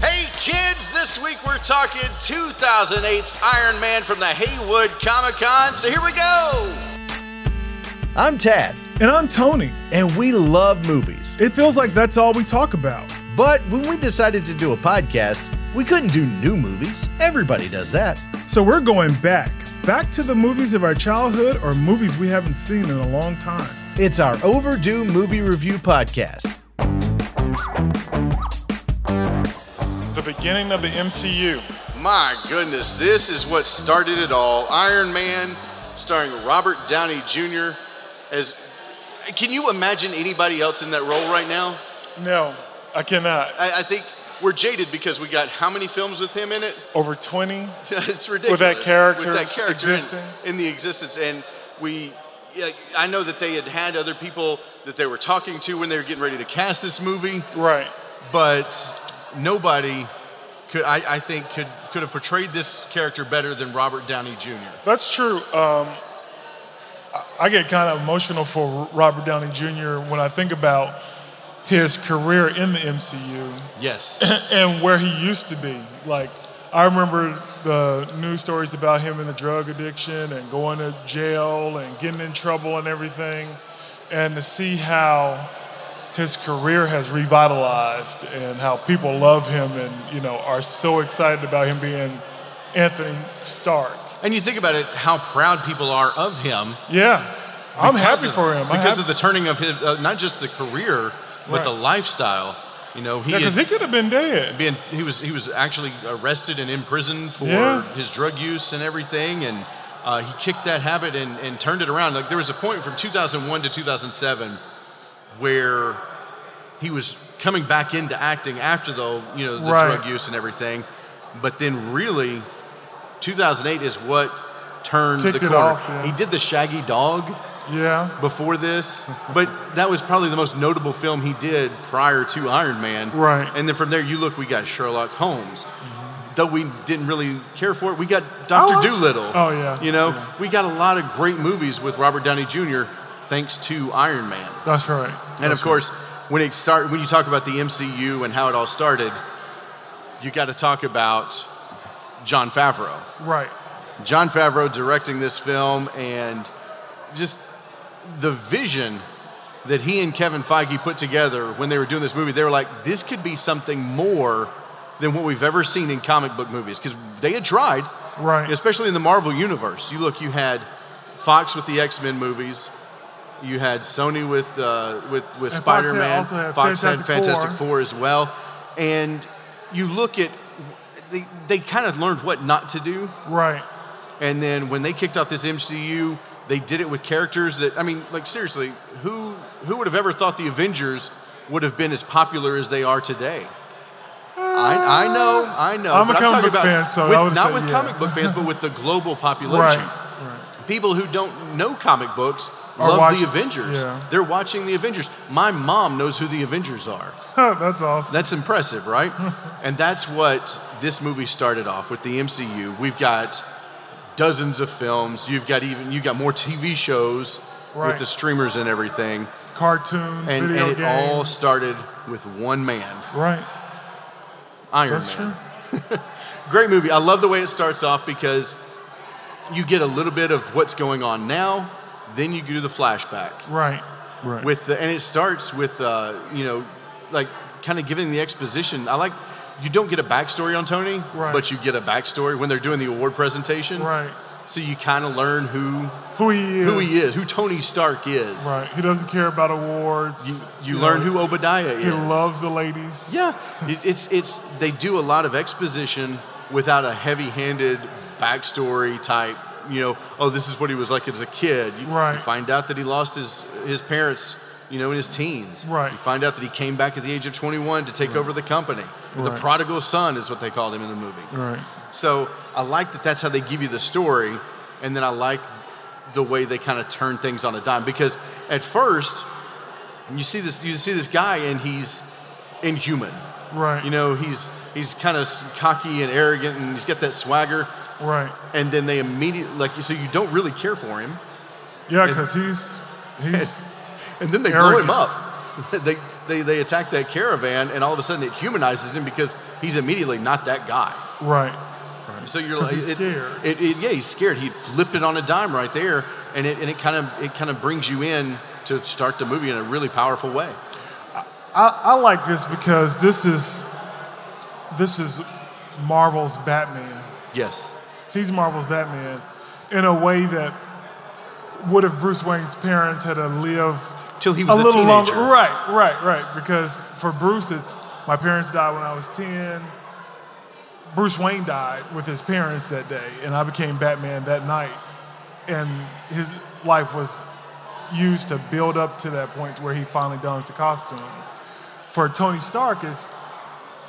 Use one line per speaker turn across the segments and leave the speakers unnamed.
Hey kids, this week we're talking 2008's Iron Man from the Haywood Comic Con. So here we go. I'm Tad,
And I'm Tony.
and we love movies.
It feels like that's all we talk about.
But when we decided to do a podcast, we couldn't do new movies. Everybody does that.
So we're going back, back to the movies of our childhood or movies we haven't seen in a long time.
It's our overdue movie review podcast.
The beginning of the MCU.
My goodness, this is what started it all. Iron Man, starring Robert Downey Jr. as. Can you imagine anybody else in that role right now?
No, I cannot.
I, I think we're jaded because we got how many films with him in it?
Over 20.
it's ridiculous.
character
With that character in-
existing.
In, the existence. And we. yeah, I know that they had had other people that they were talking to when they were getting ready to cast this movie,
Right.
but nobody could, I, I think, could, could have portrayed this character better than Robert Downey Jr.
That's true. Um, I- I get kind of emotional for Robert Downey Jr. when I think about his career in the MCU.
Yes.
and where he used to be. Like, I remember the news stories about him and the drug addiction and going to jail and getting in trouble and everything. And to see how his career has revitalized and how people love him and, you know, are so excited about him being Anthony Stark.
And you think about it, how proud people are of him.
Yeah. I'm
because
happy
of-
for him. I'm
because
happy-
of the turning of his, uh, not just the career, but
Right.
the lifestyle. You know, he
Yeah, 'cause
had
he could have been dead.
been he was he was actually arrested and in prison for
Yeah.
his drug use and everything, and uh, he kicked that habit and, and turned it around. Like there was a point from 2001 to 2007 where he was coming back into acting after the you know the
Right.
drug use and everything, but then really 2008 is what turned
Kicked
the
it
corner.
off, yeah.
He did the Shaggy Dog
Yeah.
before this, but that was probably the most notable film he did prior to Iron Man.
Right.
And then from there, you look, we got Sherlock Holmes. Though we didn't really care for it, we got
Oh,
Doctor
I-
Doolittle.
Oh, yeah.
You know,
Yeah.
we got a lot of great movies with Robert Downey Jr. thanks to Iron Man.
That's right.
And of course, when it start, when you talk about the MCU and how it all started, you got to talk about John Favreau.
Right.
John Favreau directing this film and just the vision that he and Kevin Feige put together when they were doing this movie, they were like, this could be something more than what we've ever seen in comic book movies. Because they had tried,
Right.
especially in the Marvel Universe. You look, you had Fox with the X Men movies. You had Sony with uh, with with
And Fox had-
Spider Man.
also had
Fox had
Fantastic
Fantastic
Four.
Four as well, and you look at they they kind of learned what not to do.
Right.
And then when they kicked off this MCU, they did it with characters that I mean, like seriously, who who would have ever thought the Avengers would have been as popular as they are today? I, I know, I know.
I'm a
but
comic
talking
book fan, so I
with-
would've
not
said
with
yeah.
comic book fans, but with the global
Right.
population.
Right.
People who don't know comic books
Or
love
watch-
the Avengers.
yeah.
They're watching the Avengers. My mom knows who the Avengers are.
That's awesome.
That's impressive, right? and that's what this movie started off with the MCU. We've got dozens of films. You've got even you've got more TV shows
Right.
with the streamers and everything.
Cartoons,
And,
video
and it
games.
all started with one man,
Right.
Iron
That's
Man.
true.
Great movie. I love the way it starts off because you get a little bit of what's going on now, then you do the flashback.
Right. Right.
with the, and it starts with uh, you know like kind of giving the exposition i like you don't get a backstory on tony
Right.
but you get a backstory when they're doing the award presentation
right.
so you kind of learn who
Who he is.
who he is who tony stark is
Right. He doesn't care about awards.
you, you learn
know,
who obadiah
he
is
loves the ladies.
yeah It- it's it's they do a lot of exposition without a heavy-handed backstory type you know oh this is what he was like as a kid you, you
Right.
find out that he lost his his parents you know in his teens
Right.
you find out that he came back at the age of 21 to take over the company the
Right.
prodigal son is what they called him in the movie
Right.
so i like that that's how they give you the story and then i like the way they kind of turn things on a dime because at first you see this you see this guy and he's inhuman
Right.
you know, he's he's kind of cocky and arrogant, and he's got that swagger.
right.
And then they immediately like so you don't really care for him,
Yeah,
and-
because he's he's
and then they blow
Arrogant.
him up. they, they they attack that caravan, and all of a sudden it humanizes him because he's immediately not that guy.
Right.
So you're
'Cause
like,
he's
it,
scared.
It, it- yeah, he's scared. He flipped it on a dime right there, and it and it kind of it kind of brings you in to start the movie in a really powerful way.
I, I like this because this is this is Marvel's Batman.
Yes.
He's Marvel's Batman in a way that what if Bruce Wayne's parents had to live
Till he was a,
little
teenager.
longer. Right, right, right. Because for Bruce, it's my parents died when I was ten. Bruce Wayne died with his parents that day, and I became Batman that night. And his life was used to build up to that point where he finally dons the costume. For Tony Stark, it's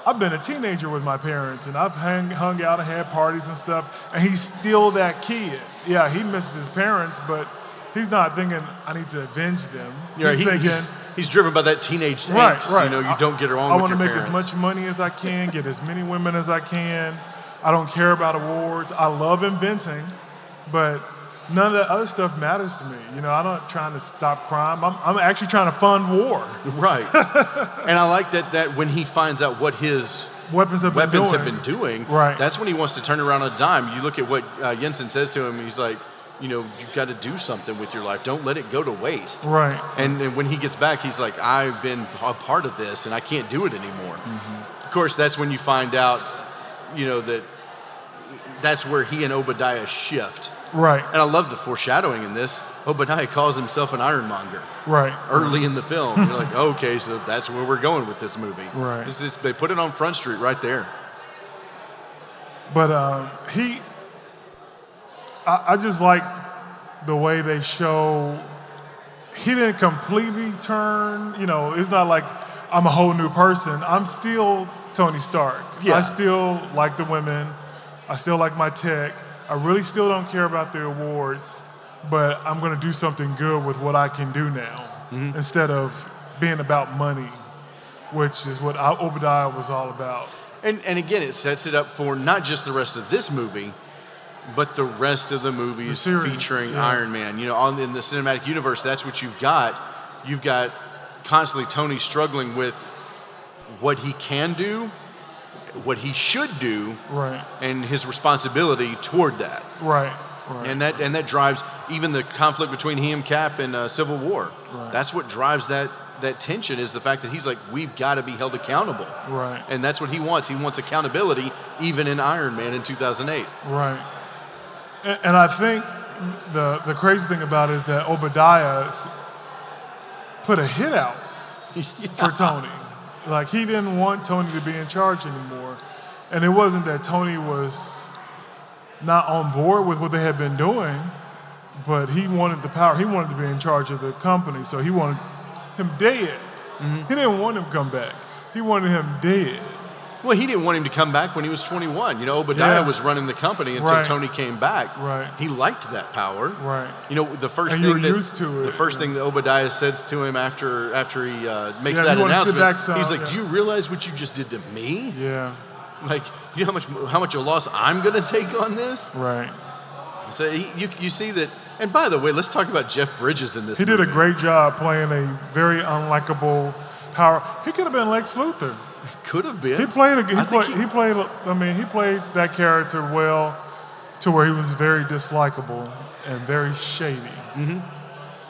I've been a teenager with my parents, and I've hung, hung out and had parties and stuff, and he's still that kid. Yeah, he misses his parents, but he's not thinking, I need to avenge them.
Yeah,
he's
he-
thinking,
he's, he's driven by that teenage
right,
angst.
right.
You know, you
I-
don't get along
I
with
wanna
your
make
parents.
as much money as I can, get as many women as I can. I don't care about awards. I love inventing, but none of that other stuff matters to me. You know, I'm not trying to stop crime. I'm, I'm actually trying to fund war.
Right. and I like that that when he finds out what his
Weapons have been
weapons
doing.
have been doing,
Right.
that's when he wants to turn around on a dime. You look at what uh, Jensen says to him, he's like, you know, you've got to do something with your life. Don't let it go to waste.
Right.
And, and when he gets back, he's like, I've been a part of this and I can't do it anymore.
Mm-hmm.
Of course, that's when you find out, you know, that that's where he and Obadiah shift.
Right.
And I love the foreshadowing in this. Obadiah calls himself an ironmonger
Right.
early in the film. You're like, okay, so that's where we're going with this movie.
Right.
This is- they put it on Front Street right there.
But um, he, I, I just like the way they show. He didn't completely turn. You know, it's not like I'm a whole new person. I'm still Tony Stark.
Yeah.
I still like the women. I still like my tech. I really still don't care about the awards, but I'm gonna do something good with what I can do now instead of being about money, which is what I, Obadiah was all about.
And, and again, it sets it up for not just the rest of this movie, but the rest of the movies
The series,
featuring
yeah.
Iron Man. You know, on, in the cinematic universe, that's what you've got. You've got constantly Tony struggling with what he can do, what he should do,
Right.
and his responsibility toward that.
Right. Right.
and that and that drives even the conflict between him, Cap, and uh, Civil War.
Right.
That's what drives that that tension is the fact that he's like, we've got to be held accountable,
Right.
and that's what he wants. He wants accountability, even in Iron Man in 2008.
Right. And, and I think the the crazy thing about it is that Obadiah s- put a hit out for Tony. Like he didn't want Tony to be in charge anymore, and it wasn't that Tony was not on board with what they had been doing, but he wanted the power. He wanted to be in charge of the company, so he wanted him dead. He didn't want him to come back. He wanted him dead.
Well, he didn't want him to come back when he was 21. You know, Obadiah
Yeah.
was running the company until
Right.
Tony came back.
Right.
He liked that power.
Right.
You know, the first
And you
thing
were
that,
used to
the
it,
first
yeah.
thing that Obadiah says to him after after he uh, makes
Yeah,
that
you wanna sit
announcement,
back some,
he's like,
yeah.
"Do you realize what you just did to me?"
Yeah.
Like, you know how much how much a loss I'm gonna take on this.
Right.
So he, you you see that. And by the way, let's talk about Jeff Bridges in this.
He did a
movie.
great job playing a very unlikable power. He could have been Lex Luthor.
Could have been.
He played. A, he,
I think
played
he-
he, played. a- I mean, he played that character well, to where he was very dislikable and very shady. Mm-hmm.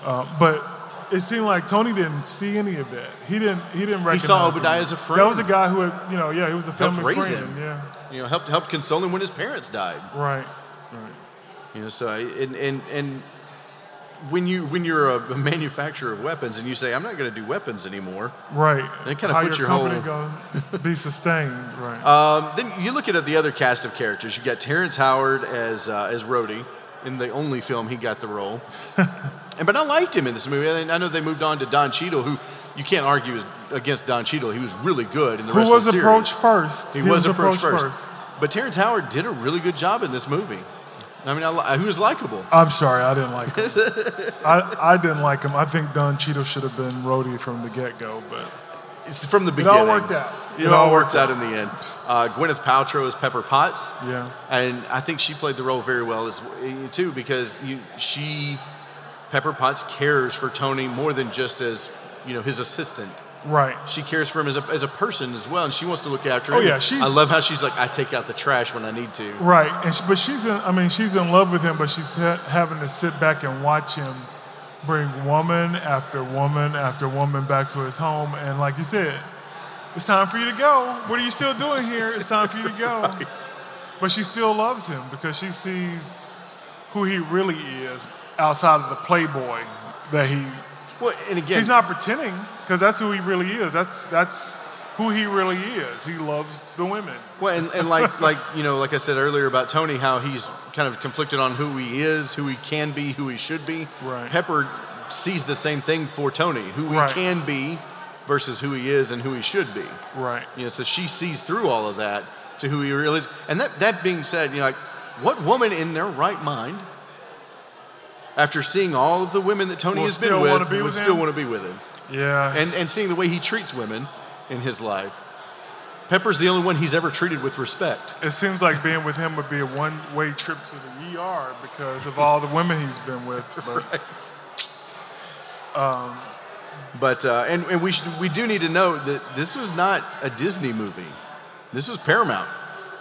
Uh, but it seemed like Tony didn't see any of that. He didn't. He didn't recognize.
saw
him.
Obadiah as a
That was a
friend.
guy who had. You know. Yeah. He was a
Helped
family
raise
friend.
him.
Yeah.
You know, helped helped console him when his parents died.
Right.
You know, so I, and and and when you when you're a manufacturer of weapons and you say I'm not going to do weapons anymore,
Right.
It kinda
How
puts
your
your
company gonna be sustained. Right.
um, then you look at the other cast of characters. You've got Terrence Howard as uh, as Rhodey in the only film he got the role. and but I liked him in this movie. I, I know they moved on to Don Cheadle, who you can't argue is against Don Cheadle. He was really good in the
who
rest
was
of the series.
approached first?
He, was, approached, first. But Terrence Howard did a really good job in this movie. I mean, I, li- he was likable.
I'm sorry, I didn't like him. I, I didn't like him. I think Don Cheadle should have been Rhodey from the get go, but
It's from the
it all
beginning.
worked out.
It, all works out in the end. Uh, Gwyneth Paltrow is Pepper Potts.
Yeah.
And I think she played the role very well as eh, too because you, she, Pepper Potts cares for Tony more than just as you know his assistant.
Right.
She cares for him as a, as a person as well, and she wants to look after
Oh,
him.
yeah, she's-
I love how she's like, I take out the trash when I need to.
Right, and she, but she's in, I mean she's in love with him, but she's ha- having to sit back and watch him bring woman after woman after woman back to his home, and like you said, it's time for you to go. What are you still doing here? It's time for you to go. But she still loves him because she sees who he really is outside of the playboy that he.
Well, and again,
He's not pretending because that's who he really is. That's that's who he really is. He loves the women.
Well, and, and like like you know, like I said earlier about Tony, how he's kind of conflicted on who he is, who he can be, who he should be.
Right.
Pepper sees the same thing for Tony, who he
Right.
can be versus who he is and who he should be.
Right.
You know, so she sees through all of that to who he really is. And that that being said, you know, like what woman in their right mind, after seeing all of the women that Tony
Will
has been
still wanna
with,
be
would
with
still
him?
want to be with him,
Yeah.
and and seeing the way he treats women in his life. Pepper's the only one he's ever treated with respect.
It seems like being with him would be a one-way trip to the ER because of all the women he's been with. But
right.
Um.
but uh, and, and we should, we do need to know that this was not a Disney movie. This was Paramount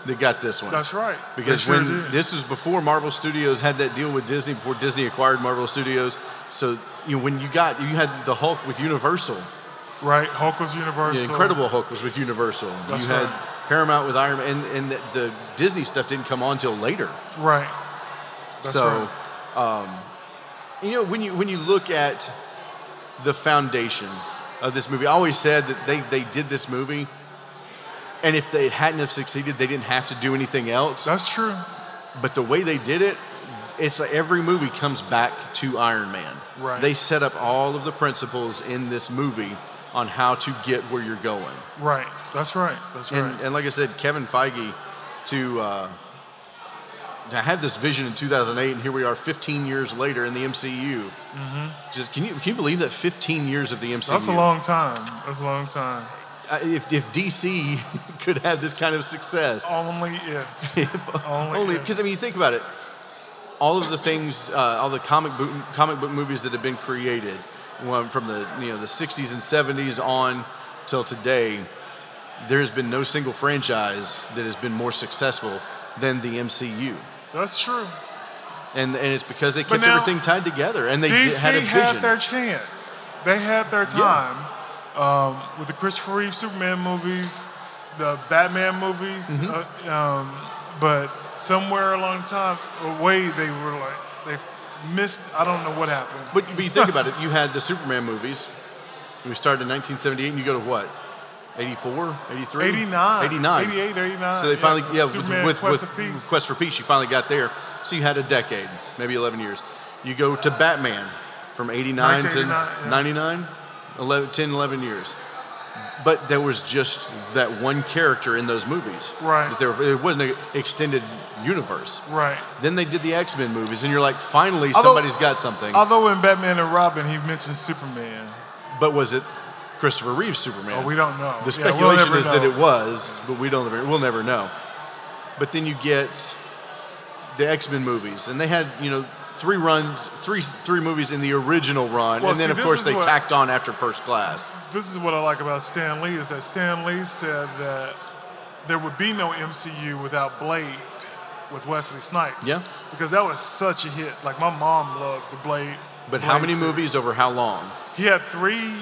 that got this one.
that's right.
because
They sure
when
did.
this was before Marvel Studios had that deal with Disney before Disney acquired Marvel Studios. So you know when you got you had the Hulk with Universal,
right, Hulk was
the
universal.
Incredible Hulk was with Universal.
That's
you had
right.
Paramount with Iron Man, and, and the, the Disney stuff didn't come on till later.
Right. That's
so,
right.
um, you know, when you when you look at the foundation of this movie, I always said that they they did this movie, and if they hadn't have succeeded, they didn't have to do anything else.
That's true.
But the way they did it, it's like every movie comes back to Iron Man.
Right.
They set up all of the principles in this movie on how to get where you're going.
Right. That's right. That's
And,
right.
and like I said, Kevin Feige to uh, I had this vision in 2008, and here we are, 15 years later in the MCU. Just can you can you believe that 15 years of the MCU?
Mm-hmm. That's a long time. That's a long time.
Uh, if, if DC could have this kind of success,
Only if.
if,
Only
only
if.
because I mean, you think about it. All of the things, uh, all the comic book comic book movies that have been created, one from the you know the '60s and '70s on till today, there has been no single franchise that has been more successful than the MCU,
That's true.
and and it's because they kept
now,
everything tied together and they did-
DC
had a vision.
their chance. They had their time um, with the Christopher Reeve Superman movies, the Batman movies,
Mm-hmm.
uh, um, but somewhere along the time away they were like they missed. I don't know what happened.
but, but you think about it, you had the Superman movies. We started in 1978, and you go to what? 84, 83,
89,
89,
88, 89.
So they finally, yeah, with,
Uh, Superman,
with,
Quest
with
of Peace.
Quest for Peace, you finally got there. So you had a decade, maybe 11 years. You go to Batman from 89 to
1989, yeah.
99, 11, 10, 11 years. But there was just that one character in those movies.
Right.
That there, it wasn't an extended universe.
right.
Then they did the X Men movies, and you're like, finally,
Although-
somebody's got something.
Although in Batman and Robin he mentioned Superman,
but was it Christopher Reeve's Superman?
but Oh, we don't know.
The
Yeah,
speculation
we'll never
is that
know.
it was, but we don't. We'll never know. But then you get the X Men movies, and they had you know three runs, three three movies in the original run,
Well,
and then
see,
of
this
course
is
they
what-
tacked on after First Class.
this is what I like about Stan Lee is that Stan Lee said that there would be no MCU without Blade with Wesley Snipes.
Yeah.
Because that was such a hit. Like my mom loved the Blade.
But how
Blade
many
series.
movies over how long?
He had three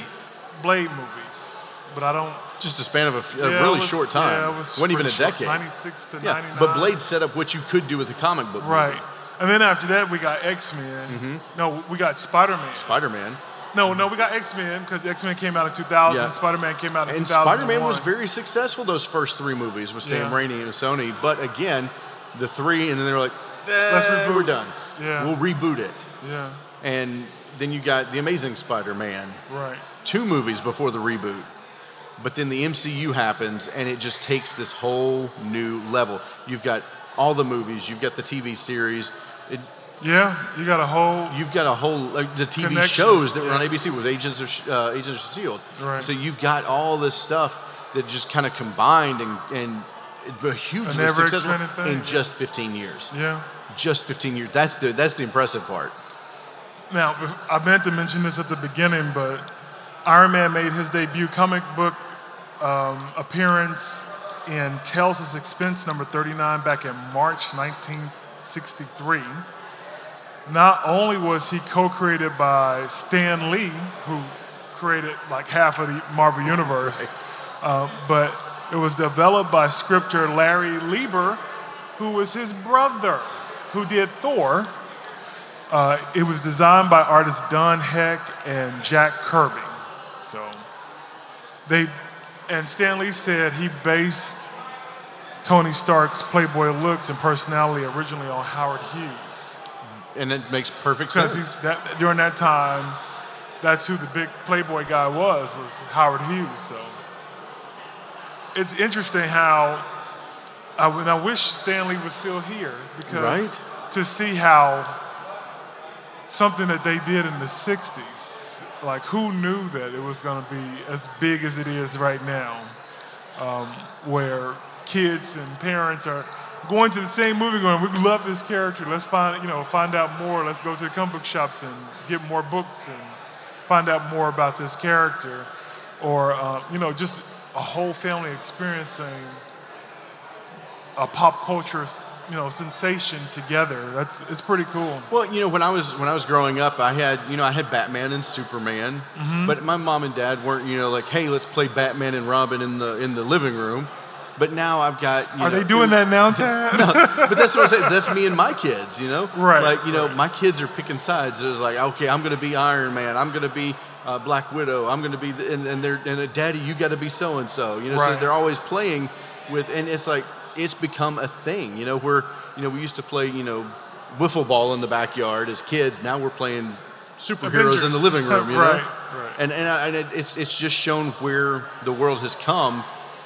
Blade movies, but I don't.
Just a span of a, f- a
yeah, it
really
was-
short time.
Yeah, it was
wasn't even a
pretty short,
decade.
96 to
yeah,
99.
but Blade set up what you could do with a comic book.
Right. And then after that, we got X Men.
Mm-hmm.
No, we got Spider Man.
Spider Man,
No, no, we got X Men because X Men came out in 2000.
Yeah.
Spider Man came out in 2001.
and Spider Man was very successful. Those first three movies with Sam
Yeah.
Raimi and Sony, but again, the three, and then they were like,
Let's
"Eh,
reboot
We're
it."
done.
Yeah.
We'll reboot it.
Yeah.
And then you got The Amazing Spider Man,
Right.
two movies before the reboot. But then the MCU happens and it just takes this whole new level. You've got all the movies, you've got the TV series, it,
Yeah, you got a whole
you've got a whole, like the TV
Connection,
shows that were on
yeah.
ABC with Agents of, Sh- uh, Agents of S.H.I.E.L.D.
Right.
So you've got all this stuff that just kind of combined and, and it was hugely
never
successful
expanded thing,
in
yeah.
just 15 years.
yeah.
Just 15 years. That's the, that's the impressive part.
Now I meant to mention this at the beginning, but Iron Man made his debut comic book um, appearance in Tales of Expense number 39 back in March 1963. Not only was he co-created by Stan Lee, who created like half of the Marvel Universe, uh, but it was developed by scripter Larry Lieber, who was his brother, who did Thor. Uh, it was designed by artists Don Heck and Jack Kirby. So they, and Stanley said he based Tony Stark's Playboy looks and personality originally on Howard Hughes.
And it makes perfect
Because
sense.
he's that, during that time, that's who the big Playboy guy was, was Howard Hughes. So it's interesting how, I, and I wish Stanley was still here because
Right.
to see how something that they did in the 60s, like who knew that it was going to be as big as it is right now, um, where kids and parents are going to the same movie going, we love this character, let's find, you know, find out more, let's go to the comic book shops and get more books and find out more about this character. Or, uh, you know, just a whole family experiencing a pop culture, you know, sensation together. That's, it's pretty cool.
Well, you know, when I was when I was growing up, I had you know I had Batman and Superman,
Mm-hmm.
but my mom and dad weren't you know like, hey, let's play Batman and Robin in the in the living room. But now I've got. You
Are
know,
they doing that now, Tad?
But that's what I'm saying. That's me and my kids, you know.
Right,
Like you know, my kids are picking sides. It's like, okay, I'm going to be Iron Man. I'm going to be uh, Black Widow. I'm going to be, the, and, and they're and uh, Daddy, you got to be so and so. You know, so
Right.
they're always playing with, and it's like it's become a thing. You know, where you know we used to play, you know, wiffle ball in the backyard as kids. Now we're playing superheroes in the
Avengers.
living room. You
Right,
know.
right.
And and, I, and it, it's it's just shown where the world has come.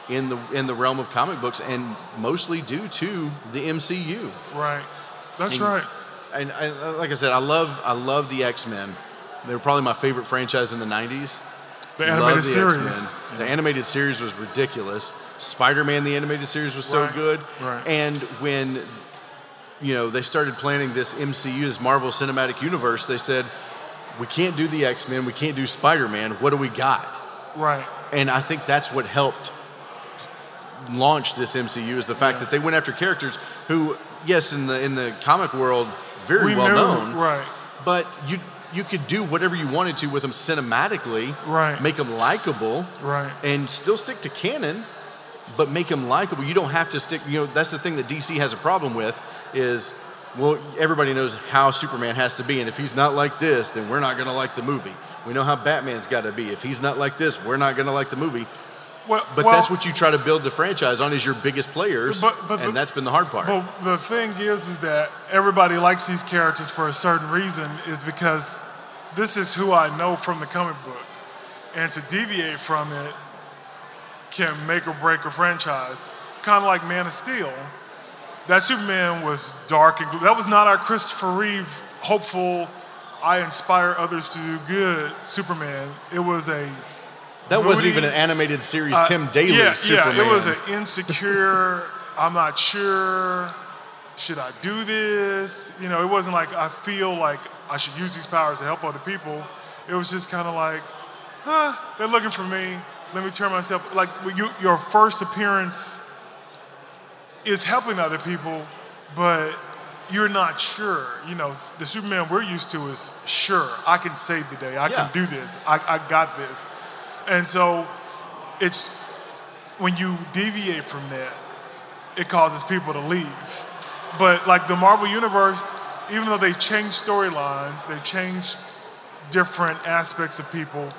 In the in the realm of comic books, and mostly due to the MCU,
right. That's
And-
right.
and I, like I said, I love I love the X Men. They were probably my favorite franchise in the '90s.
The
Love
animated
X-Men.
series.
The animated series was ridiculous. Spider Man, the animated series was so
Right,
good.
right.
And when you know they started planning this MCU, this Marvel Cinematic Universe, they said we can't do the X Men, we can't do Spider Man. What do we got?
Right.
And I think that's what helped launch this MCU is the fact that they went after characters who, yes, in the in the comic world, very well known
Right.
but you you could do whatever you wanted to with them cinematically,
Right.
Make them likable,
Right.
and still stick to canon, but make them likable. You don't have to stick. You know that's the thing that DC has a problem with is well everybody knows how Superman has to be, and if he's not like this, then we're not gonna like the movie. We know how Batman's got to be. If he's not like this, we're not gonna like the movie.
Well,
But
well,
that's what you try to build the franchise on is your biggest players,
But- but- but-
and that's been the hard part.
But the thing is, is that everybody likes these characters for a certain reason. Is because this is who I know from the comic book, and to deviate from it can make or break a franchise. Kind of like Man of Steel. That Superman was dark and glo- that was not our Christopher Reeve hopeful. I inspire others to do good. Superman. It was a
that wasn't even an
Moody-
animated series.
uh,
Tim Daly
yeah,
Superman.
Yeah, it was an insecure, I'm not sure, should I do this? You know, it wasn't like I feel like I should use these powers to help other people. It was just kind of like, huh, they're looking for me. Let me turn myself, like when you, your first appearance is helping other people, but you're not sure. You know, the Superman we're used to is sure, I can save the day, I
Yeah.
can do this, I, I got this. And so it's when you deviate from that, it causes people to leave. But like the Marvel Universe, even though they changed storylines, they changed different aspects of people.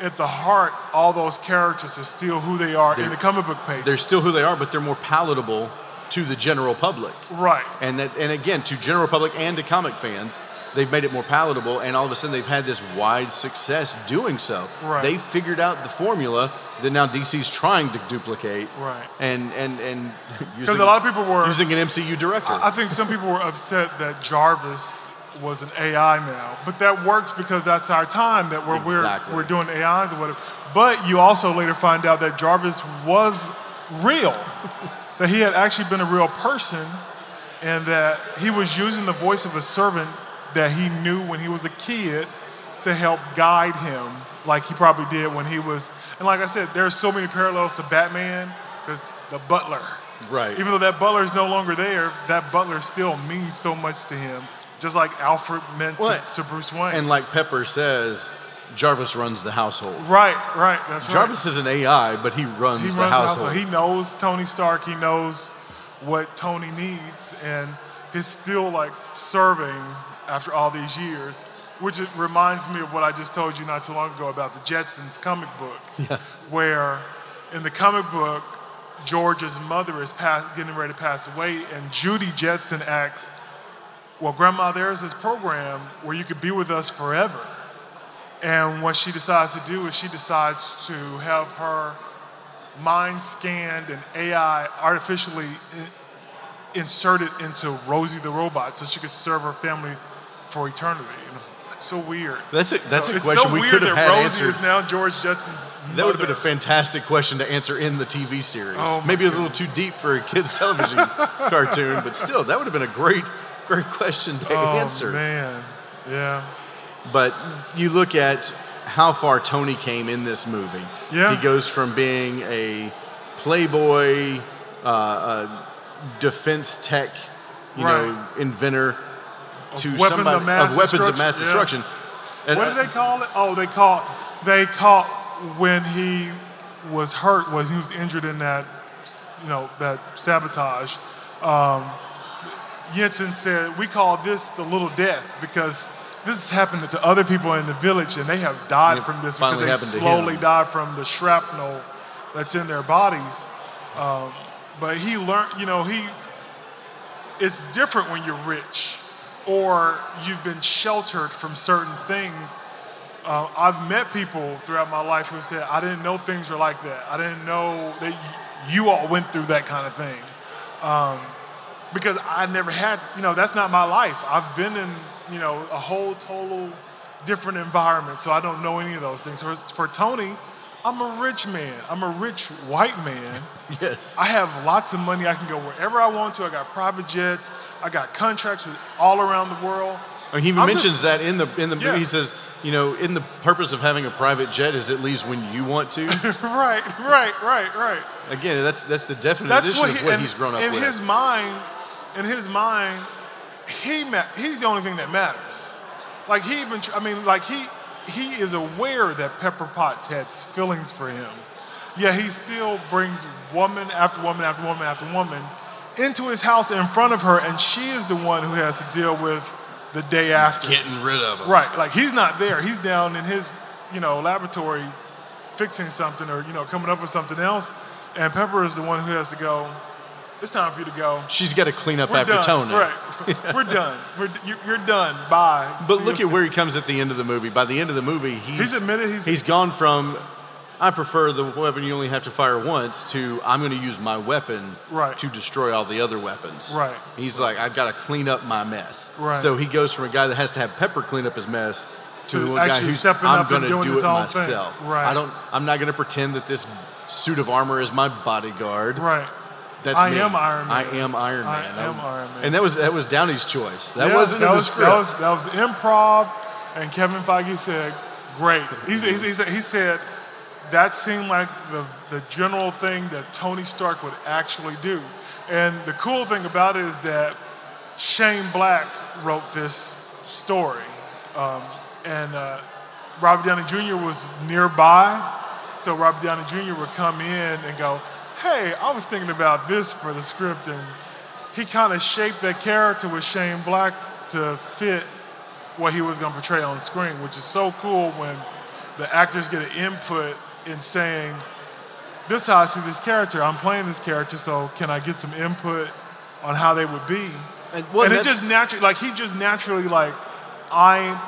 At the heart, all those characters are still who they are in the comic book page.
they're still who they are, but they're more palatable to the general public.
right.
And that, and again, to general public and to comic fans, they've made it more palatable, and all of a sudden they've had this wide success doing so.
Right.
They figured out the formula that now DC's trying to duplicate.
Right.
And and and
Because a lot of people were.
using an MCU director.
I think some people were upset that Jarvis was an AI now, but that works because that's our time that we're
Exactly.
we're, we're doing AIs or whatever. But you also later find out that Jarvis was real, that he had actually been a real person, and that he was using the voice of a servant that he knew when he was a kid to help guide him like he probably did when he was. And like I said, there's so many parallels to Batman because the butler.
Right.
Even though that butler is no longer there, that butler still means so much to him, just like Alfred meant to,
Well,
to Bruce Wayne.
And like Pepper says, Jarvis runs the household.
right, right. That's right.
Jarvis is an AI, but he runs,
he runs
the household.
He knows Tony Stark. He knows what Tony needs, and he's still like serving after all these years. Which it reminds me of what I just told you not too long ago about the Jetsons comic book, where in the comic book George's mother is pass, getting ready to pass away, and Judy Jetson acts, "Well, Grandma, there's this program where you could be with us forever." And what she decides to do is she decides to have her mind scanned and AI artificially i- inserted into Rosie the robot so she could serve her family for eternity. You know, That's so weird.
That's a, that's
So
a
it's
question
so
we
weird
could
that
have had
Rosie
answered.
is now George Judson's
That would have been
mother.
a fantastic question to answer in the TV series.
Oh, my
Maybe a little too deep for a kids' television cartoon, but still, that would have been a great, great question to
oh,
answer.
man. Yeah.
But you look at how far Tony came in this movie.
Yeah.
He goes from being a playboy, uh, uh, defense tech, you know, inventor to
weapons of
somebody
mass
of weapons of mass
destruction,
destruction. And
What
I-
did they call it? Oh, they call they caught when he was hurt was he was injured in that you know that sabotage. Um, Jensen said we call this the little death because this has happened to other people in the village and they have died
It
from this because
finally
they
happened to
slowly
him.
died from the shrapnel that's in their bodies. Um, but he learned, you know, he it's different when you're rich or you've been sheltered from certain things. Uh, I've met people throughout my life who said, I didn't know things were like that. I didn't know that y- you all went through that kind of thing. Um, because I never had, you know, that's not my life. I've been in, you know, a whole total different environment, so I don't know any of those things. So it's- for Tony, I'm a rich man, I'm a rich white man.
yes.
I have lots of money. I can go wherever I want to. I got private jets. I got contracts with all around the world.
I mean, he
I'm
mentions
just-
that in the in the
Yeah.
movie. He says, you know, in the purpose of having a private jet is it leaves when you want to.
right, right, right, right.
Again, that's that's the definition
That's what,
of
he,
what
and-
he's grown up
in
with.
his mind. In his mind, he ma- he's the only thing that matters. Like he even, tr- I mean, like he he is aware that Pepper Potts has feelings for him. Yeah, he still brings woman after woman after woman after woman into his house in front of her, and she is the one who has to deal with the day after.
Getting rid of him.
Right, like he's not there. He's down in his, you know, laboratory fixing something or, you know, coming up with something else. And Pepper is the one who has to go, it's time for you to go.
She's got to clean up
We're
after
done.
Tony.
Right. We're done. We're, you're, you're done. Bye.
But
See
look
you.
at where he comes at the end of the movie. By the end of the movie, he's,
He's admitted he's-
he's gone from I prefer the weapon you only have to fire once to I'm going to use my weapon
Right.
to destroy all the other weapons.
Right.
He's like I've got to clean up my mess.
Right.
So he goes from a guy that has to have Pepper clean up his mess to,
To
a guy
actually
who's
stepping
I'm
up
going
and
to
doing
do
his
it
own thing."
myself.
Right.
I don't. I'm not going to pretend that this suit of armor is my bodyguard.
Right.
That's
I
me.
am Iron Man.
I am Iron
I
Man.
am Iron Man.
And that was that was Downey's choice. That
Yeah,
wasn't
that
in the
was,
script.
That was, that was improv, and Kevin Feige said, "Great." He, said- he, said- he said, he said that seemed like the, the general thing that Tony Stark would actually do. And the cool thing about it is that Shane Black wrote this story, um, and uh, Robert Downey Jr. was nearby, so Robert Downey Jr. would come in and go, "Hey, I was thinking about this for the script," and he kind of shaped that character with Shane Black to fit what he was going to portray on screen, which is so cool when the actors get an input in saying, "This is how I see this character. I'm playing this character, so can I get some input on how they would be?"
And, well,
and it
that's-
just naturally, like he just naturally, like I,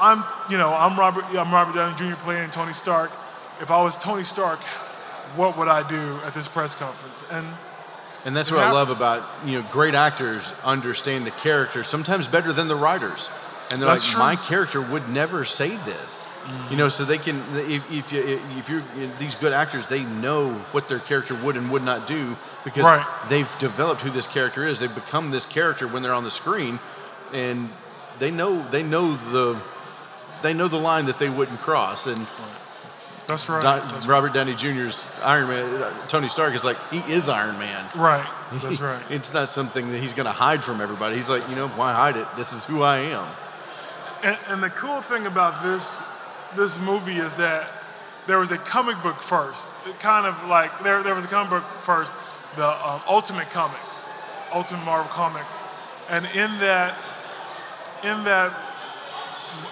I'm, you know, I'm Robert, I'm Robert Downey Jr. playing Tony Stark. If I was Tony Stark, what would I do at this press conference? And
And that's what I
Yeah.
love about you know great actors understand the character sometimes better than the writers, and they're
That's
like
true.
my character would never say this, you know. So they can if if you if you're these good actors, they know what their character would and would not do because
Right.
they've developed who this character is. They've become this character when they're on the screen, and they know they know the they know the line that they wouldn't cross. And
That's right.
Don,
That's
Robert Downey Jr.'s Iron Man, Tony Stark is like, he is Iron Man.
right. That's right.
it's not something that he's going to hide from everybody. He's like, you know, why hide it? This is who I am.
And, and the cool thing about this this movie is that there was a comic book first. It kind of like there there was a comic book first, the um, Ultimate Comics, Ultimate Marvel Comics, and in that in that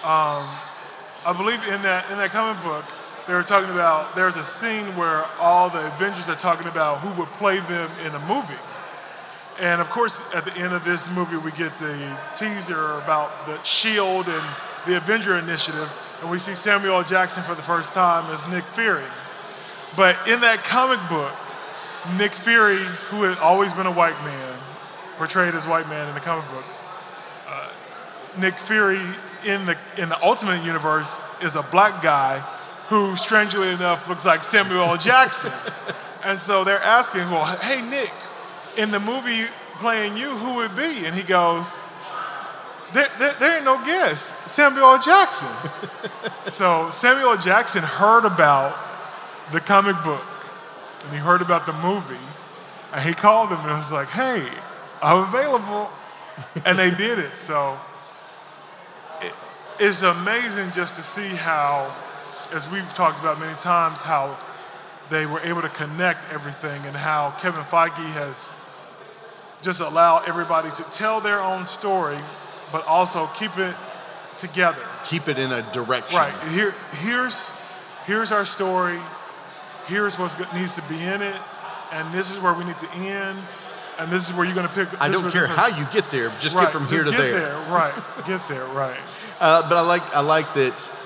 um, I believe in that in that comic book they were talking about there's a scene where all the Avengers are talking about who would play them in a movie. And of course, at the end of this movie, we get the teaser about the Shield E and the Avenger Initiative, and we see Samuel L. Jackson for the first time as Nick Fury. But in that comic book, Nick Fury, who had always been a white man, portrayed as white man in the comic books, uh, Nick Fury in the in the Ultimate Universe is a black guy who, strangely enough, looks like Samuel L. Jackson. and so they're asking, well, hey Nick, in the movie playing you, who would it be? And he goes, there, there, there ain't no guess. Samuel L. Jackson. so Samuel L. Jackson heard about the comic book and he heard about the movie and he called him and was like, hey, I'm available. and they did it. So it, it's amazing just to see how, as we've talked about many times, how they were able to connect everything and how Kevin Feige has just allowed everybody to tell their own story, but also keep it together.
Keep it in a direction.
Right. Here, here's here's our story. Here's what needs to be in it, and this is where we need to end, and this is where you're going to pick.
I
this
don't
is
care
where-
how you get there, just
Right,
get from here
just
to
get
there.
Right. Get there. Right.
Uh, but I like I like that.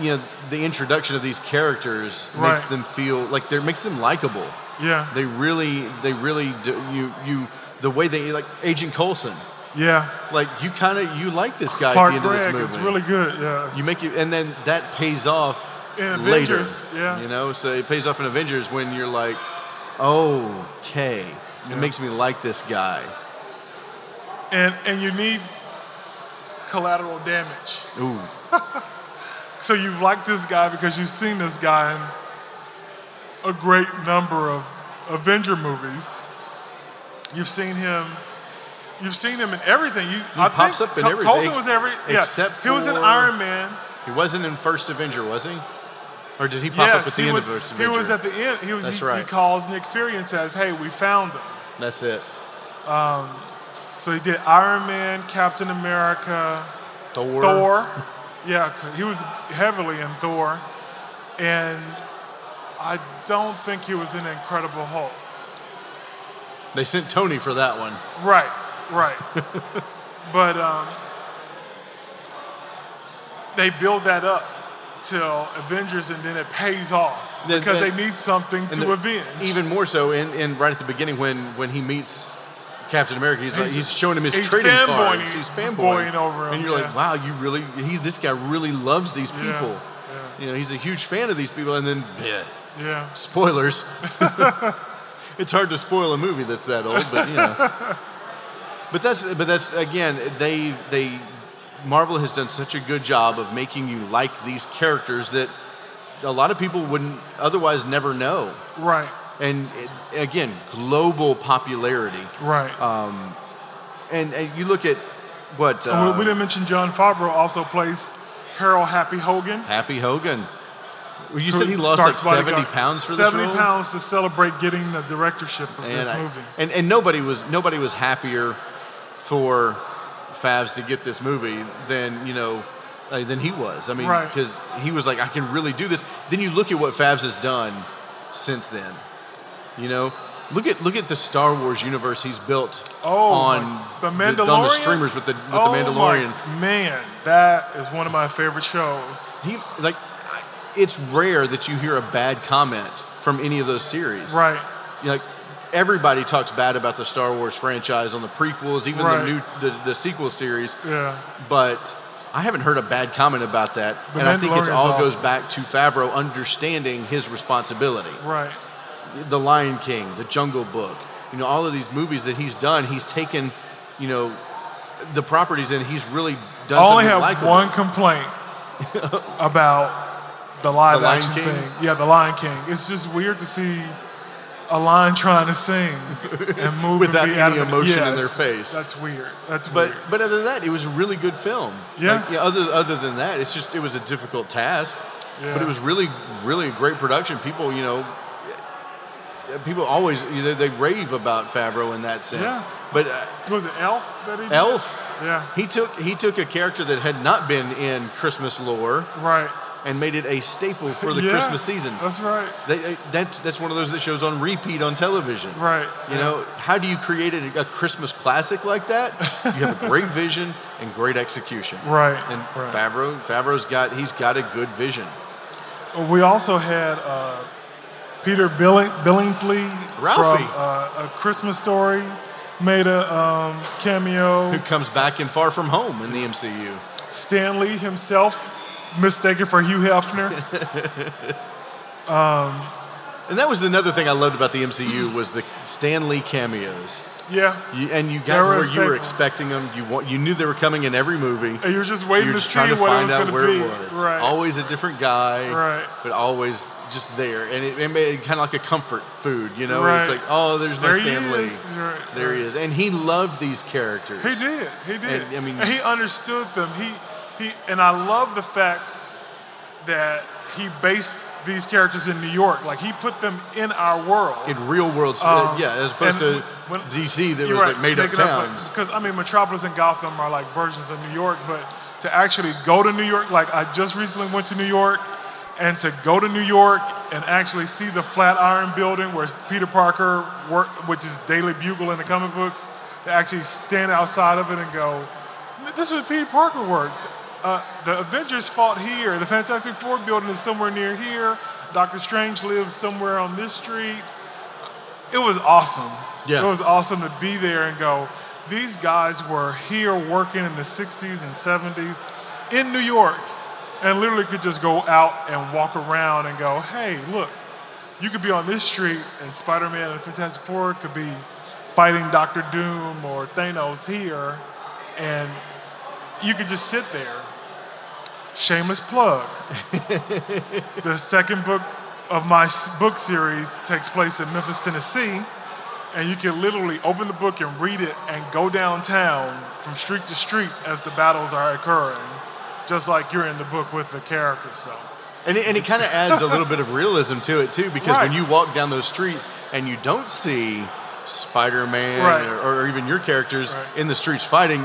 You know, the introduction of these characters makes
Right.
them feel like they makes them likable.
Yeah.
They really, they really, do, you you the way they like Agent Coulson.
yeah.
Like you kind of you like this guy
Clark
at the end
Gregg
of this
is
movie.
really good. Yeah.
you make it, and then that pays off
In
later.
Avengers, yeah.
You know, so it pays off in Avengers when you're like, oh, okay,
Yeah.
it makes me like this guy.
and and you need collateral damage.
Ooh,
So you've liked this guy because you've seen this guy in a great number of Avenger movies. You've seen him. You've seen him in everything. You, he I
pops
think
up in
Col-
everything
Coulson was every. Yeah,
except
he was in
for-
Iron Man.
he wasn't in First Avenger, was he? Or did he pop
yes,
up at the
he
end
was.
of First
he
Avenger?
was at the end. He was.
That's
he, he
right.
calls Nick Fury and says, "Hey, we found him."
That's it.
So he did Iron Man, Captain America,
Thor.
Thor. Yeah, 'cause he was heavily in Thor. And I don't think he was in Incredible Hulk.
They sent Tony for that one.
Right, right. but um, they build that up till Avengers and then it pays off
Then-
because
then-
they need something to
the-
avenge.
Even more so, in, in right at the beginning when when he meets Captain America, he's, like,
He's-
he's showing him his
he's
trading
fanboying-
cards. He's
boying over him,
and you're
yeah.
like, wow, you really he this guy really loves these people.
Yeah,
You know, he's a huge fan of these people. And then bleh,
yeah.
spoilers. it's hard to spoil a movie that's that old, but you know. But that's but that's again they they Marvel has done such a good job of making you like these characters that a lot of people wouldn't otherwise never know
Right,
and it, again, global popularity.
right.
And, and you look at what
And
uh,
we, we didn't mention John Favreau also plays Harold Happy Hogan.
Happy Hogan. Well, you
who
said he lost like
Stark's
seventy
bodyguard.
pounds for this
70
role.
pounds to celebrate getting the directorship of
and,
this
I-
movie.
and and nobody was nobody was happier for Favs to get this movie than you know uh, than he was. I mean,
Right.
because he was like, I can really do this. Then you look at what Favs has done since then. You know, look at look at the Star Wars universe he's built
Oh,
on
the
on the
Mandalorian?
streamers with the with
oh
the Mandalorian.
My, man, that is one of my favorite shows.
He like, I- it's rare that you hear a bad comment from any of those series.
Right.
you know, like everybody talks bad about the Star Wars franchise on the prequels, even
Right.
the new the, the sequel series,
Yeah.
but I haven't heard a bad comment about that.
The
and I think it
Mandalorian's
all goes
awesome.
back to Favreau understanding his responsibility.
Right.
The Lion King, The Jungle Book, you know, all of these movies that he's done, he's taken, you know, the properties and he's really done
I only
something
have
likable.
one complaint about the live
The Lion
action
King?
thing. Yeah, the Lion King. It's just weird to see a lion trying to sing and move
Without
and be
any
adamant.
emotion
Yeah,
in their
it's-
face.
That's weird. That's
But
weird.
but other than that, it was a really good film.
Yeah.
Like, other other than that, it's just it was a difficult task, but
Yeah.
it was really really a great production. People, you know, uh, people always you know, they rave about Favreau in that sense.
Yeah.
But uh,
Was it Elf that he did?
Elf,
Yeah.
he took he took a character that had not been in Christmas lore
Right.
and made it a staple for the
Yeah, Uh,
Christmas season.
That's right.
They, they- that's that's one of those that shows on repeat on television.
Right.
You know, how do you create a, a Christmas classic like that? You have a great vision and great execution.
Right.
And
right.
Favreau, Favreau's got he's got a good vision.
We also had uh, Peter Billing- Billingsley
Ralphie.
from uh, A Christmas Story made a um, cameo.
Who comes back in Far From Home in the MCU?
Stan Lee himself, mistaken for Hugh Hefner.
And that was another thing I loved about the MCU was the Stan Lee cameos.
yeah.
You, and you
They
got to
were a
where you were
staple.
expecting them. You want you knew they were coming in every movie.
And you're just waiting
You're
to
just
see
trying to
what it
find
was
out
going
where
be.
it was.
Right.
Always a different guy,
Right.
but always just there. And it, it made kind of like a comfort food, you know? It's
Right.
like, oh, there's no
There he
Stan Lee.
is. Right,
There he is. And he loved these characters.
He did. He did.
And, I mean-
And he understood them. He he and I love the fact that he based these characters in New York. Like he put them in our world.
In real world, s-
Um,
yeah, as opposed to DC that was like made up towns.
Because I mean, Metropolis and Gotham are like versions of New York, but to actually go to New York, like I just recently went to New York, and to go to New York and actually see the Flatiron Building where Peter Parker worked, which is Daily Bugle in the comic books, to actually stand outside of it and go, "This is where Peter Parker works." Uh, the Avengers fought here. The Fantastic Four building is somewhere near here. Doctor Strange lives somewhere on this street it was awesome.
Yeah.
It was awesome to be there and go, these guys were here working in the 60s and 70s in New York and literally could just go out and walk around and go, hey, look, you could be on this street and Spider Man and the Fantastic Four could be fighting Doctor Doom or Thanos here. And you could just sit there. Shameless plug. the second book of my s- book series takes place in Memphis, Tennessee, and you can literally open the book and read it and go downtown from street to street as the battles are occurring, just like you're in the book with the characters. So,
And it, and it kind of adds a little bit of realism to it too, because when
Right.
you walk down those streets and you don't see Spider-Man
Right.
or, or even your characters
Right.
in the streets fighting,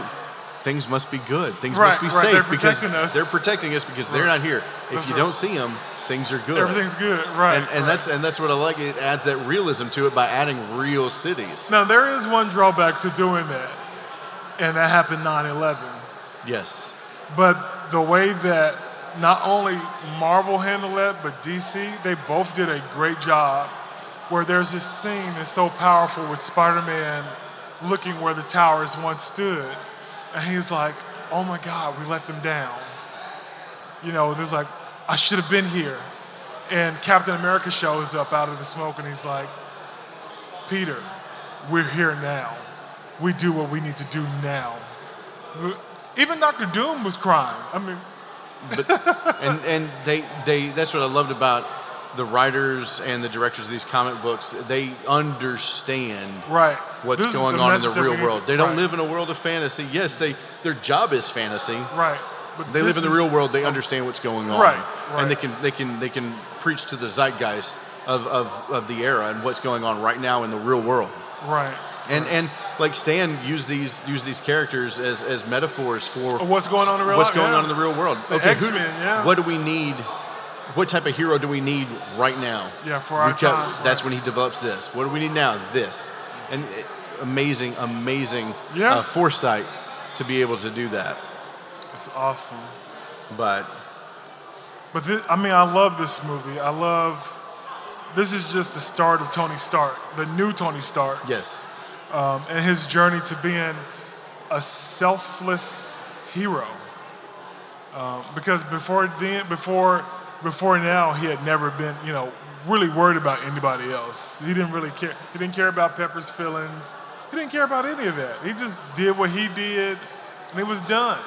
things must be good. Things
Right,
must be
right.
safe
They're
because
protecting us.
they're protecting us because they're
Right.
not here. If
That's
you
right.
don't see them, things are good.
everything's good, right?
and, and
right.
that's and that's what I like. It adds that realism to it by adding real cities.
now there is one drawback to doing that, and that happened 9/11.
Yes.
But the way that not only Marvel handled it, but DC, they both did a great job. Where there's this scene that's so powerful with Spider-Man looking where the towers once stood, and he's like, "Oh my God, we let them down." You know, there's like, "I should have been here." And Captain America shows up out of the smoke, and he's like, "Peter, we're here now. We do what we need to do now." Even Doctor Doom was crying. I mean,
and and they they that's what I loved about the writers and the directors of these comic books. They understand
right.
what's
This is
going on in the
message that we
real
need
world.
to-
They don't
right,
live in a world of fantasy. Yes, they their job is fantasy.
Right. But
They live
this
in the
is-
real world. They understand what's going on,
Right,
and they
right.
can they can they can preach to the zeitgeist of, of, of the era and what's going on right now in the real world.
Right.
And and like Stan used these used these characters as as metaphors for
Of what's going on in real
what's
life,
going
yeah.
on in the real world.
The
who-
X-Men, yeah.
What do we need? What type of hero do we need right now?
Yeah, for our
We ca-
time,
That's when he develops this. What do we need now? This. And it- amazing, amazing
Yeah.
uh, foresight to be able to do that.
It's awesome.
But
But this, I mean, I love this movie. I love. This is just the start of Tony Stark, the new Tony Stark,
yes,
um, and his journey to being a selfless hero. Um, because before then, before before now, he had never been, you know, really worried about anybody else. He didn't really care. He didn't care about Pepper's feelings. He didn't care about any of that. He just did what he did, and it was done.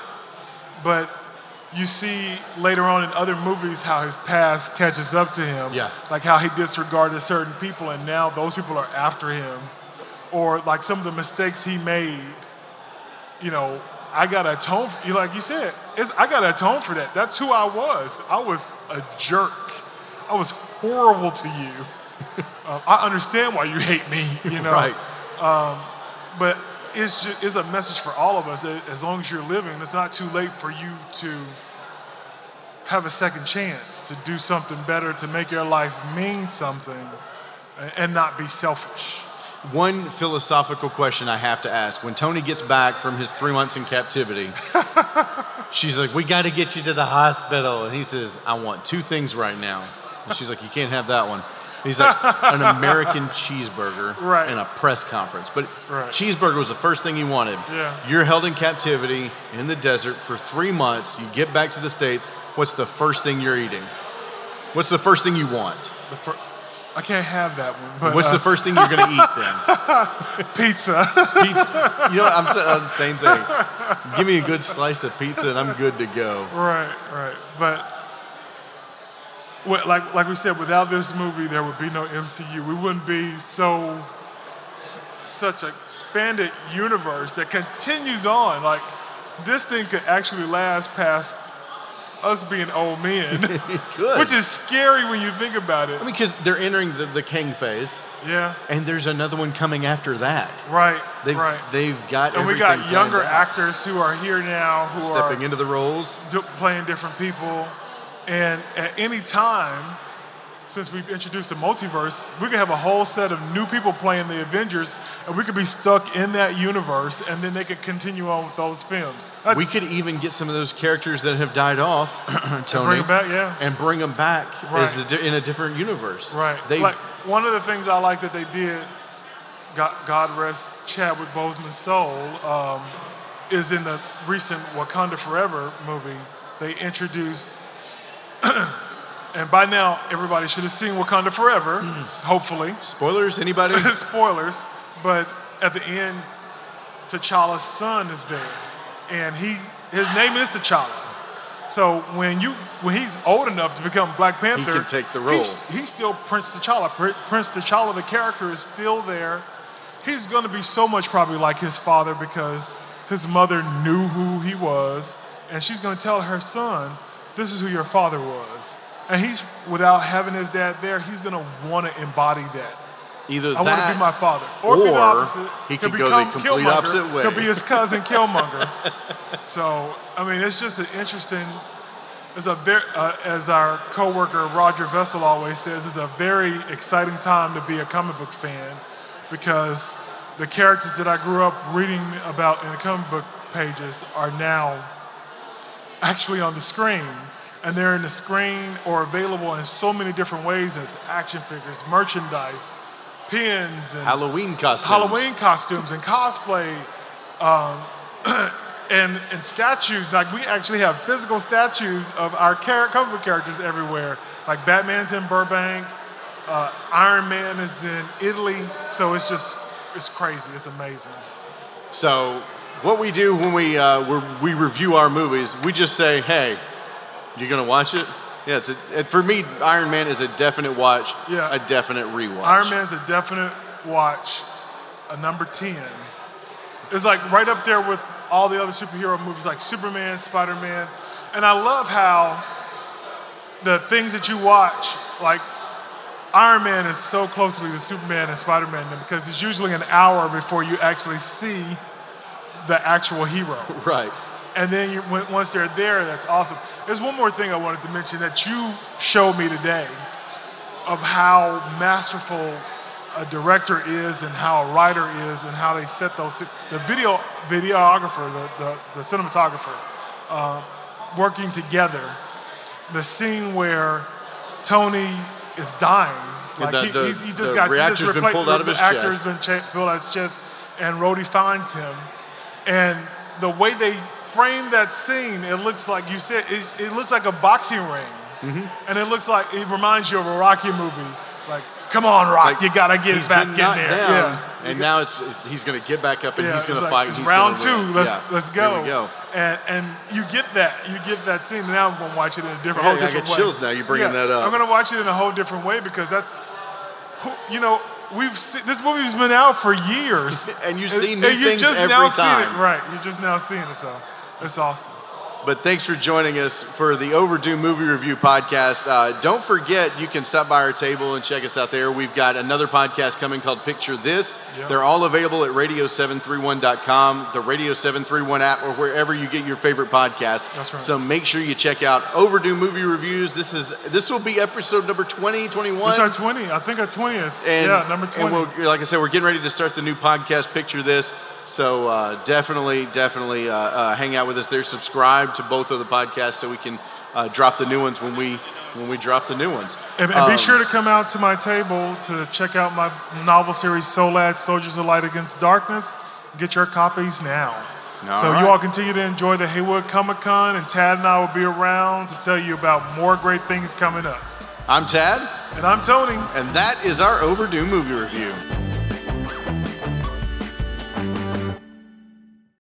But you see later on in other movies how his past catches up to him.
Yeah.
Like how he disregarded certain people and now those people are after him. Or like some of the mistakes he made, you know, I gotta atone for you like you said, it's I gotta atone for that. That's who I was. I was a jerk. I was horrible to you. Uh, I understand why you hate me, you know.
Right.
But it's, ju- it's a message for all of us that as long as you're living, it's not too late for you to have a second chance to do something better, to make your life mean something, a- and not be selfish.
One philosophical question I have to ask when Tony gets back from his three months in captivity, she's like, We got to get you to the hospital. And he says, I want two things right now. And she's like, You can't have that one. He's like, An American cheeseburger
Right.
and a press conference. But
Right.
cheeseburger was the first thing he wanted.
Yeah.
You're held in captivity in the desert for three months. You get back to the States. What's the first thing you're eating? What's the first thing you want?
The fir- I can't have that one. But,
What's
uh,
the first thing you're going to eat then?
pizza?
pizza. You know, what? I'm t- uh, same thing. Give me a good slice of pizza and I'm good to go.
right, right. But what, like like we said, without this movie, there would be no MCU. We wouldn't be so s- such an expanded universe that continues on. Like this thing could actually last past us being old men,
Good.
which is scary when you think about it.
I mean, because they're entering the, the king phase,
Yeah,
and there's another one coming after that.
right,
They've,
right.
they've got
and we
everything
got younger
planned out.
actors who are here now who are
stepping into the roles.
do- playing different people. And at any time, since we've introduced the multiverse, we could have a whole set of new people playing the Avengers, and we could be stuck in that universe, and then they could continue on with those films. That's,
we could even get some of those characters that have died off, Tony,
bring 'em back, yeah.
and bring them back as
Right.
a di- in a different universe.
right.
They
like one of the things I like that they did, God, God rest Chadwick Boseman's soul, um, is in the recent Wakanda Forever movie. They introduced And by now, everybody should have seen Wakanda Forever, hopefully.
spoilers. Anybody?
spoilers, but at the end, T'Challa's son is there, and he his name is T'Challa. So when you when he's old enough to become Black Panther,
can take the
He's, he's still Prince T'Challa. Pr- Prince T'Challa, the character, is still there. He's going to be so much probably like his father because his mother knew who he was, and she's going to tell her son, "This is who your father was." And he's without having his dad there, he's going to want to embody that.
Either
I want to
that
be my father. Or, be the
or
opposite.
he
He'll
could go the
become
complete
Killmonger.
opposite way.
He'll be his cousin Killmonger. so, I mean, it's just an interesting, it's a very, uh, as our coworker Roger Vessel always says, it's a very exciting time to be a comic book fan because the characters that I grew up reading about in the comic book pages are now actually on the screen. And they're in the screen or available in so many different ways as action figures, merchandise, pins, and
Halloween costume.
Halloween costumes and cosplay, um, and and statues. Like we actually have physical statues of our char- comic book characters everywhere. Like Batman's in Burbank, uh, Iron Man is in Italy. So it's just it's crazy. It's amazing.
So, what we do when we uh, we're, we review our movies, we just say, "Hey, you're gonna watch it." Yeah, it's a, it, for me. Iron Man is a definite watch.
Yeah.
a definite rewatch.
Iron Man's a definite watch, a number ten. It's like right up there with all the other superhero movies like Superman, Spider Man, and I love how the things that you watch, like Iron Man, is so closely to Superman and Spider Man because it's usually an hour before you actually see the actual hero.
Right.
And then you, when, once they're there, that's awesome. There's one more thing I wanted to mention that you showed me today of how masterful a director is and how a writer is and how they set those. thi- The video videographer, the, the, the cinematographer, uh, working together. The scene where Tony is dying.
Yeah,
Like
the-
he,
the-
he's, he just
the
got he
reactor's
just
been
repla-
pulled out of
the
his
actor's
chest.
been cha- pulled out of his chest, and Rhodey finds him. And the way they frame that scene, it looks like you said, it, it looks like a boxing ring.
Mm-hmm.
And it looks like it reminds you of a Rocky movie. Like, come on, Rock,
Like,
you gotta get
he's
back
been
in
knocked
there.
down,
yeah.
and now it's he's going to get back up and he's
it's
going to
like,
fight.
It's
and he's
round two.
gonna win.
Let's
Yeah.
let's
Here
go.
we go.
And and you get that you get that scene. Now I'm gonna watch it in a different
Yeah,
whole
I
different
get
way.
chills now, you bringing
Yeah,
that up.
I'm gonna watch it in a whole different way because that's who you know we've seen, this movie's been out for years
And you've
And-
seen
and
new
you're
things
just
every
now
time.
Seeing it. Right, you're just now seeing it. So that's awesome.
But thanks for joining us for the Overdue Movie Review podcast. Uh, don't forget, you can stop by our table and check us out there. We've got another podcast coming called Picture This.
Yeah.
They're all available at radio731.com, the Radio 731 app, or wherever you get your favorite podcast.
That's right.
So make sure you check out Overdue Movie Reviews. This is this will be episode number 20, 21.
It's our 20. I think our 20th.
And,
yeah, number 20.
And we'll, like I said, we're getting ready to start the new podcast, Picture This. So uh, definitely, definitely uh, uh, hang out with us there. Subscribe to both of the podcasts so we can uh, drop the new ones when we when we drop the new ones.
And, and be
Um,
sure to come out to my table to check out my novel series, Solad Soldiers of Light Against Darkness. Get your copies now.
All
so
right.
you all continue to enjoy the Haywood Comic Con, and Tad and I will be around to tell you about more great things coming up.
I'm Tad,
And I'm Tony.
and that is our overdue movie review.